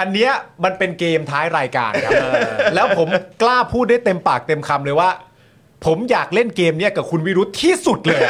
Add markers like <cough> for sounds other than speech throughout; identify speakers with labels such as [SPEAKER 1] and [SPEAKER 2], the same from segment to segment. [SPEAKER 1] อันเนี้ยมันเป็นเกมท้ายรายการครับ แล้วผมกล้าพูดได้เต็มปากเต็มคำเลยว่า ผมอยากเล่นเกมเนี้ยกับคุณวิรุธที่สุดเลย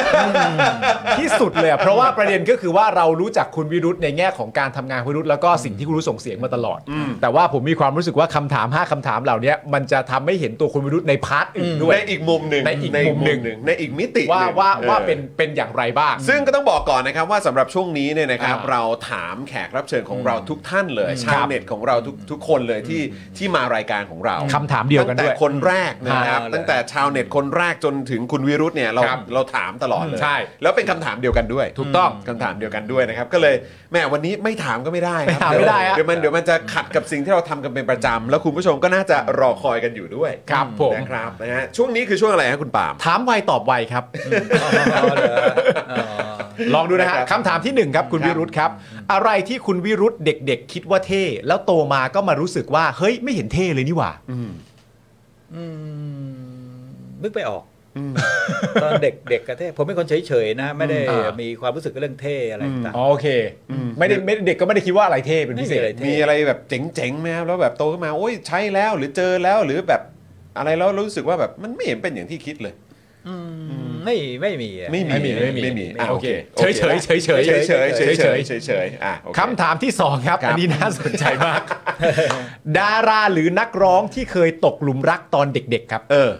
[SPEAKER 1] ที่สุดเลยอะเพราะว่าประเด็นก็คือว่าเรารู้จักคุณวิรุธในแง่ของการทำงานคุณวิรุธแล้วก็สิ่งที่คุณวิรุธส่งเสียงมาตลอด แต่ว่าผมมีความรู้สึกว่าคำถาม 5คำถามเหล่าเนี้ยมันจะทำให้เห็นตัวคุณวิรุธในพาร์ทอื่นด้ว
[SPEAKER 2] ใน
[SPEAKER 1] ย
[SPEAKER 2] อีกมุมหนึ่ง
[SPEAKER 1] ในอีกมุมหนึ่ง
[SPEAKER 2] ในอีกมิติ
[SPEAKER 1] ว่า
[SPEAKER 2] หนึ่ง
[SPEAKER 1] ว่า
[SPEAKER 2] ออ
[SPEAKER 1] ว่าเป็นเป็นอย่างไรบ้าง
[SPEAKER 2] ซึ่งก็ต้องบอกก่อนนะครับว่าสำหรับช่วงนี้เนี่ยนะครับ
[SPEAKER 1] อ่า
[SPEAKER 2] เราถามแขกรับเชิญของเราทุกท่านเลย ชาวเน็ตของเราทุกทุกคนเลยที่ที่มารายการของเรา
[SPEAKER 1] คำถามเดียวกัน
[SPEAKER 2] ตั้ง
[SPEAKER 1] ด้วย
[SPEAKER 2] แต่คนแรกนะครับ
[SPEAKER 3] อ่า
[SPEAKER 2] ตั้งแต่ชาวเน็ตคนแรกจนถึงคุณวิรุธเนี่ยเรา
[SPEAKER 1] ครับ
[SPEAKER 2] เราถามตลอดเลย
[SPEAKER 1] ใช่
[SPEAKER 2] แล้วเป็นคำถามเดียวกันด้วย
[SPEAKER 1] ถูกต้อง
[SPEAKER 2] คำถามเดียวกันด้วยนะครับ ก็เลยแหม่วันนี้ไม่ถามก็ไม่ได้ครับ
[SPEAKER 1] ไม่ถามไม่ได้อะ
[SPEAKER 2] เดี๋ยวมันเดี๋ยวมันจะขัดกับสิ่งที่เราทำกันเป็นประจำแล้วคุณผู้ชมก็น่าจะรอคอยกันอยู่ด้วย
[SPEAKER 1] ครับผม
[SPEAKER 2] นะครับนะฮะช่วงนี้คือช่วงอะไรฮะคุณปาล์ม
[SPEAKER 1] ถามไวตอบไวครับ
[SPEAKER 3] อ๋อเหรออ๋อ
[SPEAKER 1] ลองดูนะฮะ
[SPEAKER 2] นะครับ
[SPEAKER 1] คำถามที่หนึ่งครับคุณ
[SPEAKER 2] ครับ
[SPEAKER 1] วิรุธครับ อะไรที่คุณวิรุธเด็กๆ คิดว่าเท่ แล้วโตมาก็มารู้สึกว่าเฮ้ยไม่เห็นเท่เลยนี่หว่า
[SPEAKER 3] อืมนึกไปออกตอนเด็กเด็กกับเท่ผมเป็นคนเฉยๆนะ ไม่ได้
[SPEAKER 1] อืมอ่ามี
[SPEAKER 3] มีความรู้สึกกับเรื่องเท่อะไรต่าง
[SPEAKER 1] อ๋อโอเค ไม่ได้ไม่ได้เด็กก็ไม่ได้คิดว่าอะไรเท่เป็นพิเศษ
[SPEAKER 3] ไม่มีอะไรเท่
[SPEAKER 2] มีอะไรแบบเจ๋งๆไหมครับแล้วแบบโตขึ้นมาโอ้ยใช้แล้วหรือเจอแล้วหรือแบบอะไรแล้วรู้สึกว่าแบบมันไม่เห็นเป็นอย่างที่คิดเลย
[SPEAKER 3] ๆอืมไม่ไม่มีอะ
[SPEAKER 2] ไม่มี
[SPEAKER 1] ไม่มีไม่มี
[SPEAKER 2] ไม่มีะ
[SPEAKER 1] โอเค
[SPEAKER 2] โอ
[SPEAKER 1] เฉยๆเฉยๆ
[SPEAKER 2] เฉยๆเฉยๆเฉยๆเฉยๆเฉยๆเฉยๆอ่ะโอเ
[SPEAKER 1] คำถามที่สองครับ
[SPEAKER 2] ครับ
[SPEAKER 1] อันนี้น่าสนใจมาก ดาราหรือนักร้องที่เคยตกหลุมรักตอนเด็ก ๆ ครับ
[SPEAKER 2] เออ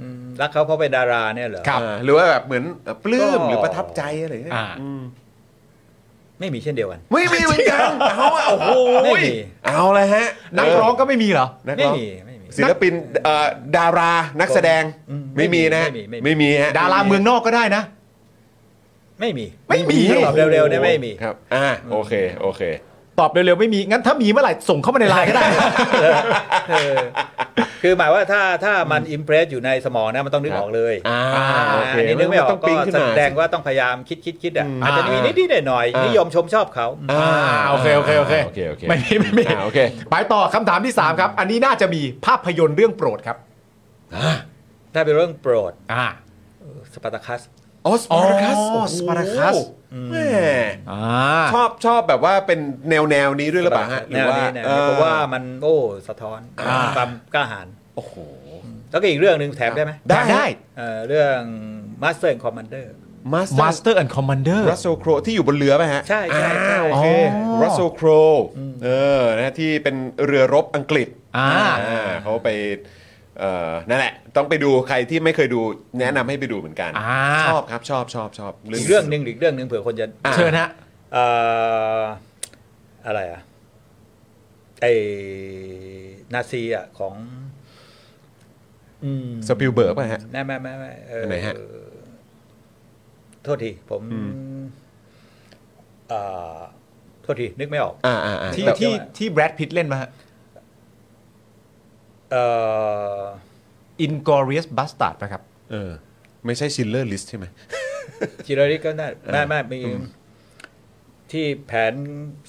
[SPEAKER 3] อืมรักเขาเพราะเป็นดาราเนี่ยเหรอ
[SPEAKER 1] ครับ
[SPEAKER 2] เออหรือว่าแบบเหมือนปลื้ม
[SPEAKER 3] ก็
[SPEAKER 2] หรือประทับใจอะไรเนี่ย
[SPEAKER 1] อ่า
[SPEAKER 2] อืม
[SPEAKER 3] ไม่มีเช่นเดียวกัน
[SPEAKER 2] ไม่มีเหมือนกันเอาอ่ะโอ้โห
[SPEAKER 3] ไม่มี
[SPEAKER 2] เอาเลยฮะ
[SPEAKER 1] นักร้องก็ไม่มีเหรอ
[SPEAKER 2] นัก
[SPEAKER 3] ไม่
[SPEAKER 2] ร้อง
[SPEAKER 3] มีไม่มี
[SPEAKER 2] ศิลปินเอ่อดารานักแสดง
[SPEAKER 3] อืม
[SPEAKER 2] ไม่มีนะ
[SPEAKER 3] ไม่มีไม่มี
[SPEAKER 2] ไม่มีฮะ
[SPEAKER 1] ดาราเมืองนอกก็ได้นะ
[SPEAKER 3] ไม่มี
[SPEAKER 1] ไม่มี
[SPEAKER 3] ถ้าตอบเร็วๆเนี่ยไม่มี
[SPEAKER 2] ครับ อ่า โอเค โอเค
[SPEAKER 1] ตอบเร็วๆไม่มีงั้นถ้ามีเมื่อไหร่ส่งเข้ามาในไลน์ก็ได้
[SPEAKER 3] เออคือหมายว่าถ้าถ้ามันอิมเพรสอยู่ในสมองนะมันต้องนึกออกเลย
[SPEAKER 2] อ่าโอเค
[SPEAKER 3] อันนี้นึกไม่ออก
[SPEAKER 2] มันต้องปิ๊
[SPEAKER 3] ก็
[SPEAKER 2] งขึ้น
[SPEAKER 3] แส
[SPEAKER 2] มา
[SPEAKER 3] ดงว่าต้องพยายามคิดคิดคิดอ่ะอาจจะมี
[SPEAKER 1] อ่านิ
[SPEAKER 3] นิดๆหน่อยๆนิยมชมชอบเขา
[SPEAKER 2] อ่า
[SPEAKER 1] อ่าโอเคโอเคโอเค
[SPEAKER 2] โอเคโอเค
[SPEAKER 1] ไม่มีไม่มี
[SPEAKER 2] อ่าโอเค
[SPEAKER 1] ไปต่อคำถามที่สามครับ อันนี้น่าจะมีภาพยนตร์เรื่องโปรดครับ
[SPEAKER 3] ถ้าเป็นเรื่องโปรด
[SPEAKER 1] อ่า
[SPEAKER 3] สปาร์ตาคัส
[SPEAKER 2] อ๋อสปาร์คัส
[SPEAKER 1] อ๋อ Spartacus
[SPEAKER 2] แม่
[SPEAKER 1] อ่า
[SPEAKER 2] ชอบชอบแบบว่าเป็นแนวแนวนี้ด้วยหรือเปล่าฮะห
[SPEAKER 3] แน
[SPEAKER 2] รือ
[SPEAKER 3] ว
[SPEAKER 2] ว่า
[SPEAKER 3] นี้แนว
[SPEAKER 2] เอ
[SPEAKER 3] นี้
[SPEAKER 2] อ
[SPEAKER 3] เพราะว่ามันโอ้สะท้อน
[SPEAKER 1] อ่า
[SPEAKER 3] ความกล้าหาญ
[SPEAKER 2] โอ้โห
[SPEAKER 3] แล้วก็อีกเรื่องหนึ่งแถมได้ไหม
[SPEAKER 2] ได้
[SPEAKER 3] เอ่อเรื่อง Master and Commander
[SPEAKER 2] มาส
[SPEAKER 1] มาสเตอร์แอนด์คอมมานเดอร์
[SPEAKER 2] รัสโซโครที่อยู่บนเรือป่ะฮะ
[SPEAKER 3] ใช่ใช่ใช่
[SPEAKER 2] อ่าโอเค
[SPEAKER 1] อ๋อ
[SPEAKER 2] รัสโซโครเออนะที่เป็นเรือรบอังกฤษ
[SPEAKER 1] อ่า
[SPEAKER 2] อ่าเขาไปเอ่อนั่นแหละ ต้องไปดูใครที่ไม่เคยดูแนะนำให้ไปดูเหมือนกัน
[SPEAKER 1] อ่า
[SPEAKER 2] ชอบครับชอบชอบชอบ
[SPEAKER 3] อีกเรื่องหนึ่งอีกเรื่องหนึ่งเผื่อคนจะ
[SPEAKER 2] อ่ะ
[SPEAKER 1] เชิญฮะ
[SPEAKER 3] เอ่ออะไรอ่ะไอ้นาซีอ่ะของอืม
[SPEAKER 2] สปิลเบิร์กป่ะฮะ
[SPEAKER 3] ไม่ไม่ไม่ไม่เอออน
[SPEAKER 2] ไหนฮะ
[SPEAKER 3] โทษที ผมเอ่อโทษที นึกไม่ออก
[SPEAKER 2] อ่าอ่าอ่า
[SPEAKER 1] ที่
[SPEAKER 3] แบบ
[SPEAKER 1] ที่ที่แบรดพิตเล่นมาฮะ
[SPEAKER 3] เอ่อ
[SPEAKER 1] Inglorious Bastard ปะครับ
[SPEAKER 2] เออไม่ใช่ชิลเลอร์ลิสใช่ไหม
[SPEAKER 3] จิราริก็น่าแม่แม่มีที่แผน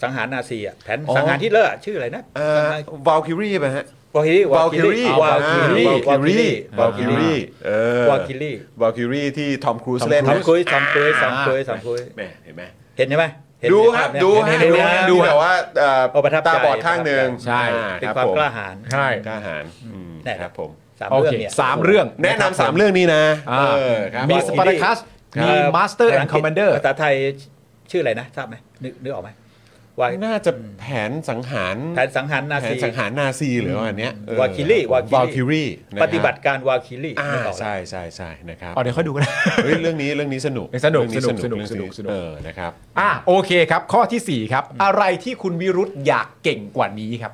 [SPEAKER 3] สังหารนาซีอ่ะแผน
[SPEAKER 2] อ๋อ
[SPEAKER 3] สังหารฮิตเลอร์อะชื่ออะไรนะ
[SPEAKER 2] เอ่อวาลคิรีป่ะฮะ
[SPEAKER 3] วอลคิรี
[SPEAKER 2] วาลคิรี
[SPEAKER 3] วอลคิรี
[SPEAKER 2] วาลคิรีวาลคิรีเออ
[SPEAKER 3] วอลคิรี
[SPEAKER 2] วาลคิรีที่ทอมครูซเล่น
[SPEAKER 3] ทำคุยทำคุยทำคุยทำคุย
[SPEAKER 2] แหม่เห็นไหม
[SPEAKER 3] เห็นใช่ไหมเห็น
[SPEAKER 2] ดู
[SPEAKER 3] ใน
[SPEAKER 2] ฮะ
[SPEAKER 3] ภาพเนี่ย
[SPEAKER 2] ดู
[SPEAKER 3] เห็
[SPEAKER 2] ฮะ
[SPEAKER 3] นใน
[SPEAKER 2] ดู
[SPEAKER 3] ภา
[SPEAKER 2] ฮะ
[SPEAKER 3] พเนี่ย
[SPEAKER 2] ดูแบบว่าเอ่อ
[SPEAKER 3] โอ้ประทับใจ
[SPEAKER 2] ตาบอดข้างหนึ่ง
[SPEAKER 1] ใช่
[SPEAKER 2] อ่
[SPEAKER 3] เป็น
[SPEAKER 2] รับ
[SPEAKER 3] ความ
[SPEAKER 2] ผม
[SPEAKER 3] กล้าหาญ
[SPEAKER 1] ใช่
[SPEAKER 2] กล้าหาญอืม
[SPEAKER 3] เนี่ย
[SPEAKER 2] ครับผม
[SPEAKER 3] สาม
[SPEAKER 1] โอ
[SPEAKER 3] เรื่อง
[SPEAKER 1] เค
[SPEAKER 3] เนี่ย
[SPEAKER 1] สามเรื่อง
[SPEAKER 2] แนะนำสามเรื่องนี้นะ
[SPEAKER 1] อ่า
[SPEAKER 2] เออครับ
[SPEAKER 1] มี
[SPEAKER 2] วาล
[SPEAKER 1] ส
[SPEAKER 2] คิ
[SPEAKER 1] ปา
[SPEAKER 2] รี
[SPEAKER 1] ร์คัสมีมาสเตอร์แอนด์คอมมานเดอร์
[SPEAKER 3] ภาษาไทยชื่ออะไรนะทราบไหมนึกนึกออกไหมวา
[SPEAKER 2] น่าจะแผนสังหาร
[SPEAKER 3] แผนสังหารนา
[SPEAKER 2] แผ
[SPEAKER 3] ซี
[SPEAKER 2] นสังหารนาซีหรือว่าอันเนี้ยเออ
[SPEAKER 3] Valkyrie Valkyrie
[SPEAKER 2] วาลคิรีนะครับ
[SPEAKER 3] ปฏิบัติการวาคิรี
[SPEAKER 2] อ่า
[SPEAKER 3] นึกออกแล้ว
[SPEAKER 2] ใช่ใช่ใช่นะครับ
[SPEAKER 1] อ๋อเดี๋ยวค่อยดูกัน
[SPEAKER 2] เฮ้ยเรื่องนี้เรื่องนี้สนุก
[SPEAKER 1] สนุก
[SPEAKER 2] เรื่อง
[SPEAKER 1] สนุก
[SPEAKER 2] เรื่อง
[SPEAKER 1] สนุกสนุก
[SPEAKER 2] เออนะครับ
[SPEAKER 1] อ่ะโอเคครับ ข้อทีสี่ 4 ครับ อะไรที่คุณวิรุธอยากเก่งกว่านี้ครับ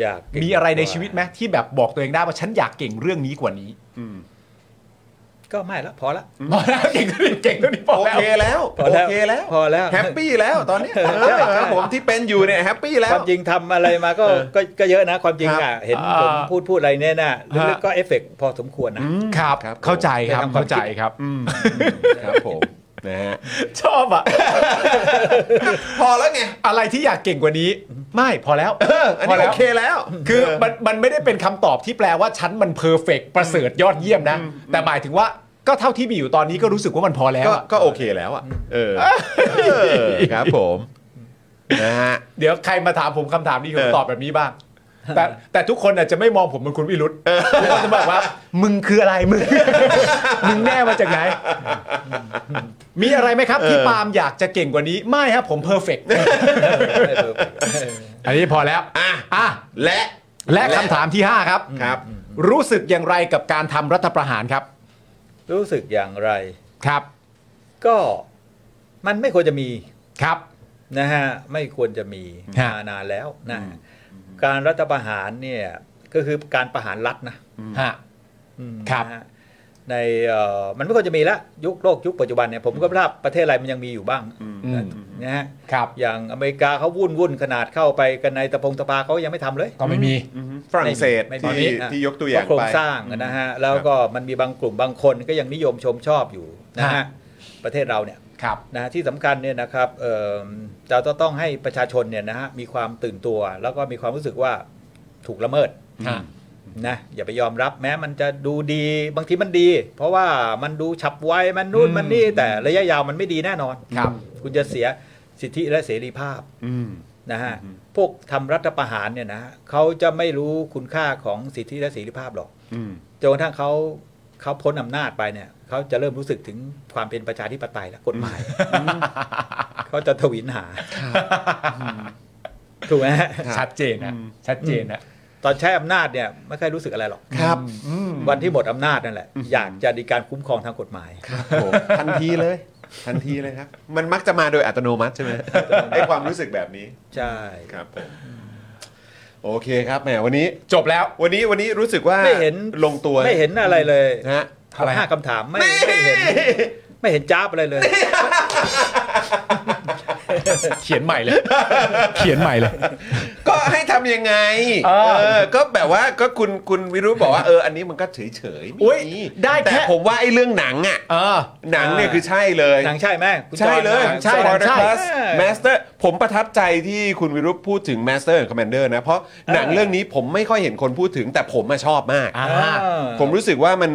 [SPEAKER 3] อยากเก่ง
[SPEAKER 1] มีอะไรใน
[SPEAKER 3] กา
[SPEAKER 1] ชีวิตไหมที่แบบบอกตัวเองได้ว่าฉันอยากเก่งเรื่องนี้กว่านี้
[SPEAKER 3] ก็ไม่ละพอละ
[SPEAKER 1] พอ <laughs> แล้วเก่งเท่านี้เก่งเท่านี้พอ
[SPEAKER 2] โอ
[SPEAKER 1] แล้ว
[SPEAKER 2] เคแล้ว
[SPEAKER 3] พ
[SPEAKER 2] โอ
[SPEAKER 3] อแล้ว
[SPEAKER 2] เคแล้ว
[SPEAKER 3] พอแล้ว
[SPEAKER 2] แฮปปี้แล้วตอนนี้เออ
[SPEAKER 3] ใช่ใช่
[SPEAKER 2] ครับผมที่เป็นอยู่เนี่ยแฮปปี้แล้
[SPEAKER 3] คว วามจริงทำอะไรมาก็ก็ก็เยอะนะความจริง
[SPEAKER 2] ครั
[SPEAKER 3] อ่ะ
[SPEAKER 2] บ
[SPEAKER 3] เห็นผมพูดพูดอะไรเนี่ยนะลึกๆก็เอฟเฟกต์พอสมควรนะ
[SPEAKER 1] ครับ
[SPEAKER 2] ครับผม
[SPEAKER 1] เข้าใจครับ
[SPEAKER 3] ได้ทำความ
[SPEAKER 1] เข้าใจ
[SPEAKER 3] คิด
[SPEAKER 1] ครับ
[SPEAKER 2] ครับผมนะฮะ
[SPEAKER 1] ชอบอ่ะ
[SPEAKER 2] พอแล้วไง
[SPEAKER 1] อะไรที่อยากเก่งกว่านี้ ไม่พอแล้ว
[SPEAKER 2] เอออันนี้โอเคแล้ว
[SPEAKER 1] คือมันมันไม่ได้เป็นคำตอบที่แปลว่าฉันมันเพอร์เฟกประเสริฐยอดเยี่ยมนะ แต่หมายถึงว่าก็เท่าที่มีอยู่ตอนนี้ก็รู้สึกว่ามันพอแล้ว
[SPEAKER 2] ก็
[SPEAKER 1] อะ
[SPEAKER 2] ก็โอเคแล้วอ่ะเออเออครับผม นะฮะ
[SPEAKER 1] เดี๋ยวใครมาถามผมคำถามนี้ผ
[SPEAKER 2] เอ
[SPEAKER 1] ม
[SPEAKER 2] อ
[SPEAKER 1] ตอบแบบนี้บ้าง แต่แต่ทุกคนอาจจะไม่มองผมเป็นคุณวิรุธทุกคนจะบอกว่า มึงคืออะไรมึง มึงแน่มาจากไหน มีอะไรไหมครับ ที่ปาล์มอยากจะเก่งกว่านี้ ไม่ครับผมเพอร์เฟกอันนี้พอแล้ว
[SPEAKER 2] อ่ะ
[SPEAKER 1] อ่ะ
[SPEAKER 2] และ
[SPEAKER 1] และคำถามที่ 5 ครับ
[SPEAKER 2] ครับ
[SPEAKER 1] รู้สึกอย่างไรกับการทำรัฐประหารครับ
[SPEAKER 3] รู้สึกอย่างไร
[SPEAKER 1] ครับ
[SPEAKER 3] ก็มันไม่ควรจะมี
[SPEAKER 1] ครับ
[SPEAKER 3] นะฮะไม่ควรจะมี
[SPEAKER 1] ฮะ
[SPEAKER 3] มานานแล้วนะการรัฐประหารเนี่ยก็คือการประหารรัฐนะ
[SPEAKER 1] ฮะ
[SPEAKER 3] อืม
[SPEAKER 1] ครับ
[SPEAKER 3] นะฮะในเอ่อมันไม่ควรจะมีละยุคโลกยุคปัจจุบันเนี่ยผมก็ไม่ทราบประเทศอะไรมันยังมีอยู่บ้าง
[SPEAKER 1] อืม
[SPEAKER 3] นะฮะ
[SPEAKER 1] ครับ
[SPEAKER 3] อย่างอเมริกาเขาวุ่นวุ่นขนาดเข้าไปกันในตะพงตะพาเขายังไม่ทำเลย
[SPEAKER 1] ก็ไม่มี
[SPEAKER 2] อือฮึฝรั่งเศส
[SPEAKER 3] ไม่มี
[SPEAKER 2] ที่
[SPEAKER 3] อ่ะ
[SPEAKER 2] ที่ยกตัวอย่าง
[SPEAKER 3] เพระโคร
[SPEAKER 2] ไป
[SPEAKER 3] งสร้างนะฮะแล้วก็มันมีบางกลุ่มบางคนก็ยังนิยมชมชอบอยู่นะ
[SPEAKER 1] ฮะ
[SPEAKER 3] ฮะประเทศเราเนี่ย
[SPEAKER 1] ครับ
[SPEAKER 3] นะฮะที่สำคัญเนี่ยนะครับเอิ่มเราจะต้องให้ประชาชนเนี่ยนะฮะมีความตื่นตัว แล้วก็มีความรู้สึกว่าถูกละเมิด
[SPEAKER 1] ฮะ
[SPEAKER 3] นะอย่าไปยอมรับแม้มันจะดูดีบางทีมันดี เพราะว่ามันดูฉับไวมันนู่น
[SPEAKER 1] อืม
[SPEAKER 3] มันนี่แต่ระยะยาวมันไม่ดีแน่นอน
[SPEAKER 1] ครับ
[SPEAKER 3] คุณจะเสียสิทธิและเสรีภาพนะฮะพวกทำรัฐประหารเนี่ยนะฮะเขาจะไม่รู้คุณค่าของสิทธิและเสรีภาพหรอกจนกระทั่งเขาเขาพ้นอำนาจไปเนี่ยเขาจะเริ่มรู้สึกถึงความเป็นประชาธิปไตยและกฎหมายเขาจะทวินหาถูกไหมฮะ
[SPEAKER 1] ชัดเจนนะ
[SPEAKER 2] อืม
[SPEAKER 1] ชัดเจนนะ
[SPEAKER 3] ตอนใช้อำนาจเนี่ยไม่ค่อยรู้สึกอะไรหรอก
[SPEAKER 2] ครับ
[SPEAKER 3] วันที่หมดอำนาจนั่นแหละอยากจะดีการคุ้มครองทางกฎหมาย
[SPEAKER 2] ครับผมทันทีเลย ทันทีเลยครับ มันมักจะมาโดยอัตโนมั
[SPEAKER 3] <laughs>
[SPEAKER 2] ติใช่ไหมไอความรู้สึกแบบนี้
[SPEAKER 3] ใช่
[SPEAKER 2] ครับผมโอเคครับแหมวันนี้
[SPEAKER 1] จบแล้ว
[SPEAKER 2] วันนี้วันนี้รู้สึกว่า
[SPEAKER 3] ไม่เห็น
[SPEAKER 2] ลงตัว
[SPEAKER 3] ไม่เห็นอะไรเลย
[SPEAKER 2] นะฮะ
[SPEAKER 1] อะไรฮะ
[SPEAKER 3] ห้าคำถามไม่ไม่เห็น ไม่เห็นจ้าบอะไรเลย
[SPEAKER 1] เขียนใหม่เลย เขียนใหม่เลย
[SPEAKER 2] ก็ให้ทำยังไง
[SPEAKER 1] เออ
[SPEAKER 2] เออ ก็แบบว่าก็คุณคุณวิรุธบอกว่าเอออันนี้มันก็เฉยเฉยๆ
[SPEAKER 1] อุ๊ย
[SPEAKER 2] ไม่มี
[SPEAKER 1] ได้แค่
[SPEAKER 2] แต่ผมว่าไอ้เรื่องหนังอ่ะ
[SPEAKER 1] เออ
[SPEAKER 2] หนังเนี่ย
[SPEAKER 3] อ่า
[SPEAKER 2] คือใช่เลย
[SPEAKER 3] หนังใช่ไหมคุณจอ
[SPEAKER 2] ใช่
[SPEAKER 3] ห์น
[SPEAKER 2] เลย
[SPEAKER 3] หนัง
[SPEAKER 1] ใช่
[SPEAKER 3] จอห์น
[SPEAKER 1] ใช่
[SPEAKER 2] แมสเตอร์ผมประทับใจที่คุณวิรุธพูดถึง Master and Commander นะ เพราะหนัง
[SPEAKER 3] เออ
[SPEAKER 2] เรื่องนี้ผมไม่ค่อยเห็นคนพูดถึง แต่ผมมาชอบมาก
[SPEAKER 1] อ่า
[SPEAKER 3] อ่า
[SPEAKER 2] ผมรู้สึกว่ามัน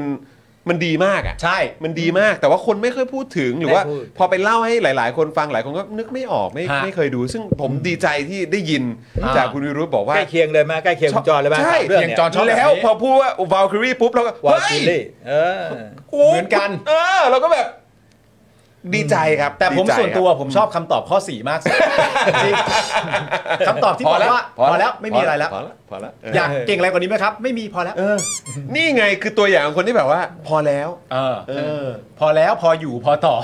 [SPEAKER 2] มันดีมากอ่ะ
[SPEAKER 1] ใช่
[SPEAKER 2] มันดีมากแต่ว่าคนไม่เคยพูดถึงหรือว่า
[SPEAKER 3] ไม่พูด
[SPEAKER 2] พอไปเล่าให้หลาย ๆ คนฟังหลายคนก็นึกไม่ออกไม่
[SPEAKER 1] ฮะ
[SPEAKER 2] ไม่เคยดู ซึ่งผมดีใจที่ได้ยิน
[SPEAKER 1] อ่า
[SPEAKER 2] จากคุณวิรุธบอกว่า
[SPEAKER 3] ใกล้เคียงเลยมาใกล้เคียงคุณจอห์นเลยมา
[SPEAKER 2] ใช่
[SPEAKER 3] เรื่อง
[SPEAKER 1] เคีย
[SPEAKER 3] เนี่
[SPEAKER 1] งจอห์น
[SPEAKER 3] ย
[SPEAKER 1] ชบแบบนี้
[SPEAKER 2] แล้วพอพูดว่าวาลคิรีปุ๊บเราก็
[SPEAKER 3] วา
[SPEAKER 2] เฮ้ย
[SPEAKER 3] คิลลี่เออ
[SPEAKER 2] โอ้
[SPEAKER 1] เหมือนกัน
[SPEAKER 2] เออเราก็แบบ ดีใจครับ
[SPEAKER 1] แต่ผม
[SPEAKER 2] ดีใจ
[SPEAKER 1] ส่วนตัวผมชอบคำตอบข้อ 4 มากสุดจริงคำตอบที่บอกว่าพอแล้วไม่มีอะไรแล้ว
[SPEAKER 2] พอแล้วพอแล้วเออ
[SPEAKER 1] อยากเก่งอะไรกว่านี้ไหมครับ ไม่มีพอแล้ว
[SPEAKER 2] เออ นี่ไงคือตัวอย่างของคนที่แบบว่า พอแล้ว
[SPEAKER 1] เออ
[SPEAKER 2] เออ
[SPEAKER 1] พอแล้วพออยู่พอต่อ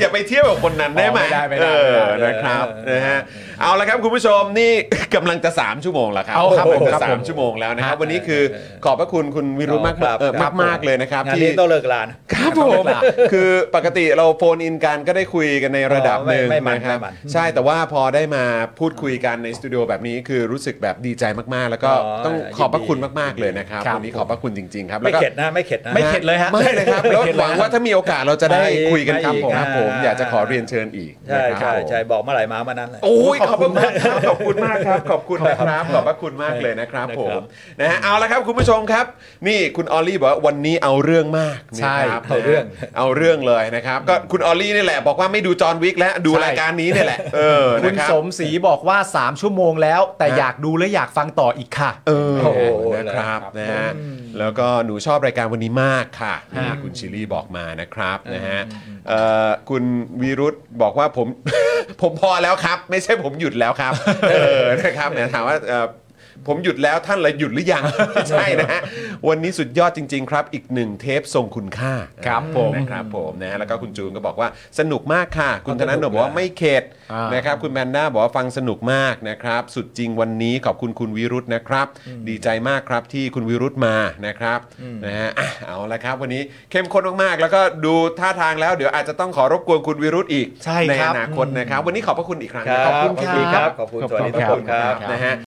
[SPEAKER 2] อย่าไปเทียบกับคนนั้นได้ไหม
[SPEAKER 1] อ๋อไม่ได้ไม่ได้
[SPEAKER 2] เออ
[SPEAKER 1] ไม่ได้
[SPEAKER 2] นะครับ
[SPEAKER 3] เออ
[SPEAKER 2] นะฮะเอาละครับคุณผู้ชมนี่ กำลังจะ 3 ชั่วโมงแล้วครับ
[SPEAKER 1] เอาครับผม
[SPEAKER 2] กำลัง
[SPEAKER 1] ค
[SPEAKER 2] จะ
[SPEAKER 1] รับผม
[SPEAKER 2] สามชั่วโมงแล้วนะครับ
[SPEAKER 3] ฮะ
[SPEAKER 2] วันนี้คือ
[SPEAKER 3] เออเออ
[SPEAKER 2] ขอบพระคุณคุณวิรุธมาก
[SPEAKER 3] ครับ
[SPEAKER 2] เออ
[SPEAKER 3] ครั
[SPEAKER 2] มา
[SPEAKER 3] บ
[SPEAKER 2] กมากๆเลยนะครับ
[SPEAKER 3] งาน
[SPEAKER 2] ที่
[SPEAKER 3] นี้ต้องเลิกลานะ
[SPEAKER 2] ครับผมคือปกติเราโฟนอินกันก็ได้คุยกันในระดับหนึ่ง
[SPEAKER 3] ไม่ไม่มัน
[SPEAKER 2] นะครับ
[SPEAKER 3] ไม่มัน
[SPEAKER 2] ใช่แต่ว่าพอได้มาพูดคุยกันในสตูดิโอแบบนี้คือรู้สึกแบบดีใจมากๆ แล้วก็
[SPEAKER 3] อ๋อ
[SPEAKER 2] ต้องขอบพระคุณมากๆเลยนะครับ
[SPEAKER 1] ครับ
[SPEAKER 2] วันนี้ขอบพระคุณจริง ๆ ครับ
[SPEAKER 3] ไม่
[SPEAKER 2] แล้วก็
[SPEAKER 3] เข็ดนะไม่เข็ดนะ
[SPEAKER 1] ไม่เข็ด ลยฮะ
[SPEAKER 2] ไม่เลยครับแล้ว
[SPEAKER 1] ไม่เข็ดเลยฮะ
[SPEAKER 2] หวังว่าถ้ามีโอกาสเราจะได้
[SPEAKER 3] ไปอีก
[SPEAKER 2] คุยกันครับผม
[SPEAKER 3] ไปอีก
[SPEAKER 2] ครับผม
[SPEAKER 3] อ่า
[SPEAKER 2] อยากจะขอเรียนเชิญอีก
[SPEAKER 3] ใช่
[SPEAKER 2] นะครั
[SPEAKER 3] ใช่
[SPEAKER 2] บ
[SPEAKER 3] ใช่บอกเมื่อไหร่มาเมื่อนั้นเลย
[SPEAKER 2] โอ้ยขอบคุณมากครับขอบคุณมากครับขอบคุณนะครับขอบพระคุณมากเลยนะครับ
[SPEAKER 3] ได้
[SPEAKER 2] ผ
[SPEAKER 3] ครั
[SPEAKER 2] ม
[SPEAKER 3] บ
[SPEAKER 2] นะฮะเอาละครับคุณผู้ชมครับ นี่คุณออลลี่บอกว่าวันนี้เอาเรื่องมาก
[SPEAKER 1] ใช่
[SPEAKER 2] นะครับ
[SPEAKER 3] เอาเรื่อง
[SPEAKER 2] เอาเรื่องเลยนะครับ ก็คุณออลลี่นี่แหละบอกว่าไม่ดูจอห์นวิกแล้วดู
[SPEAKER 1] ใช่
[SPEAKER 2] รายการนี้เนี่ยแหละเออ
[SPEAKER 1] คุณ
[SPEAKER 2] นะครับ
[SPEAKER 1] สมศรีบอกว่า 3 ชั่วโมงแล้ว แต่
[SPEAKER 2] ฮะ
[SPEAKER 1] อยากดูและอยากฟังต่ออีกค่ะ
[SPEAKER 2] เออ
[SPEAKER 3] โอ้โห
[SPEAKER 2] นะครับ
[SPEAKER 1] ครับ
[SPEAKER 2] นะฮะแล้วก็หนูชอบรายการวันนี้มากค่ะ
[SPEAKER 1] ฮะ
[SPEAKER 2] นี่คุณชิลลี่บอกมานะครับนะฮะเอ่อคุณวีรุธบอกว่าผม <laughs> ผมพอแล้วครับ ไม่ใช่ผมหยุดแล้วครับ เออนะครับเนี่ยถามว่าเอ่อผมหยุดแล้วท่านละหยุดหรือยัง <laughs> ไม่ใช่นะฮะวันนี้สุดยอดจริง ๆ ครับ อีกหนึ่งเทปทรงคุณค่า
[SPEAKER 1] ครับผม
[SPEAKER 2] นะครับผมนะฮะแล้วก็คุณจูนก็บอกว่าสนุกมากค่ะ คุณ
[SPEAKER 3] เอา
[SPEAKER 2] ธนาหนม
[SPEAKER 3] สนุก
[SPEAKER 2] บอกว่า
[SPEAKER 3] เลย
[SPEAKER 2] ไม่เข็ด
[SPEAKER 1] อ่าน
[SPEAKER 2] ะ นะครับคุณแมนด้าบอกว่าฟังสนุกมากนะครับ สุดจริงวันนี้ขอบคุณคุณวิรุธนะครับ ดีใจมากครับที่คุณวิรุธมานะครับนะฮะอ่ะเอาละครับ วันนี้เข้มข้นมากๆ แล้วก็ดูท่าทางแล้วเดี๋ยวอาจจะต้องขอรบกวนคุณวิรุธอีก
[SPEAKER 1] ใช่
[SPEAKER 2] ใน
[SPEAKER 1] ครั
[SPEAKER 2] อบ นาคตนะครับ วันนี้ขอบพระคุณอีกครั้ง
[SPEAKER 3] ครั
[SPEAKER 2] นะ
[SPEAKER 3] บ
[SPEAKER 2] ขอบคุณ
[SPEAKER 1] ณครับ
[SPEAKER 3] ขอบคุณครับขอบคุณสวัสดีทุกคนครับ
[SPEAKER 2] นะฮะ